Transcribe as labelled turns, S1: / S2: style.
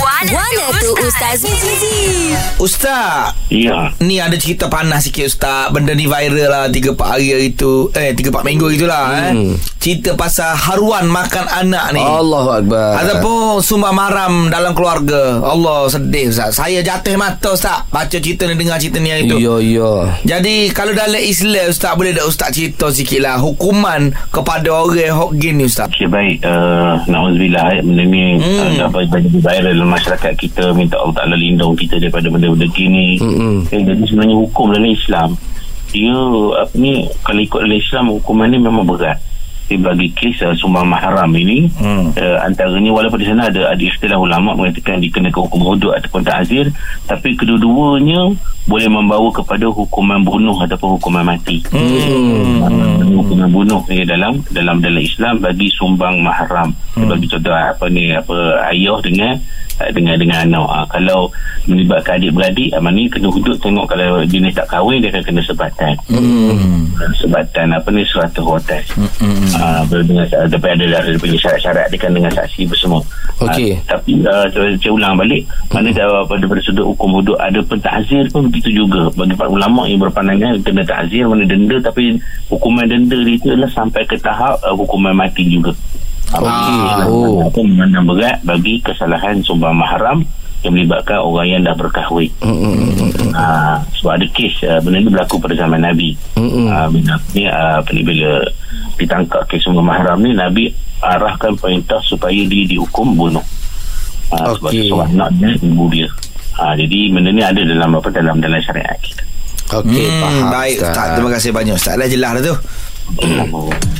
S1: Wana tu Ustaz Mizi.
S2: Ustaz
S3: Ya
S2: Ni ada cerita panas sikit Ustaz Benda ni viral lah 3-4 hari hari tu Eh 3-4 minggu itulah hmm. eh. Cerita pasal haruan makan anak ni
S4: Allahu Akbar
S2: Ataupun sumber maram dalam keluarga Allah sedih Ustaz Saya jatuh mata Ustaz Baca cerita ni dengar cerita ni hari tu
S4: Yo yo
S2: Jadi kalau dalam Islam Ustaz Boleh tak Ustaz cerita sikit lah Hukuman kepada orang hok gini Ustaz
S3: Okey baik uh, Na'udzubillah eh, Benda ni hmm. uh, apa, Banyak viral dalam masyarakat kita Minta Allah Ta'ala lindung kita Daripada benda-benda kini
S4: Mm-mm.
S3: eh, Jadi sebenarnya hukum dalam Islam Dia apa ni Kalau ikut dalam Islam Hukuman ni memang berat Tapi bagi kes uh, sumbang mahram ini
S2: Hmm.
S3: uh, Antaranya walaupun di sana ada Ada istilah ulama' mengatakan Dikenakan hukum hudud ataupun ta'zir Tapi kedua-duanya Boleh membawa kepada hukuman bunuh Ataupun hukuman mati
S4: Hmm
S3: hmm. hukuman bunuh ni dalam dalam dalam Islam bagi sumbang mahram hmm. bagi contoh apa ni apa ayah dengan eh, dengan dengan anak ha, kalau melibatkan adik-beradik aman ni kena hudud tengok kalau jenis tak kahwin dia akan kena sebatan
S2: Hmm
S3: sebatan apa ni suatu hotel hmm. ha, dengan tapi ada ada punya syarat-syarat dia kan dengan saksi bersemua
S4: Okey.
S3: ha, tapi uh, saya, saya ulang balik mana hmm. pada daripada sudut hukum hudud ada pun ta'zir pun begitu juga bagi para ulama yang berpandangan kena ta'zir mana denda tapi hukuman denda dia itu adalah sampai ke tahap uh, hukuman mati juga Ah,
S4: Okey. Oh.
S3: oh. memandang berat bagi kesalahan sumbang mahram yang melibatkan orang yang dah berkahwin
S4: Mm-mm.
S3: Ha, sebab ada kes uh, benda ni berlaku pada zaman Nabi.
S4: Mm-mm.
S3: Ha, bila ni uh, apa ni bila ditangkap kes semua mahram ni Nabi arahkan perintah supaya dia dihukum bunuh. Ha, sebab
S4: Okey.
S3: dia seorang anak dan ibu dia. Ha, jadi benda ni ada dalam apa dalam dalam syariat kita.
S4: Okey
S2: Hmm,
S4: faham Mm.
S2: Baik Ustaz Terima kasih banyak Ustaz lah jelas dah tu
S3: Allah.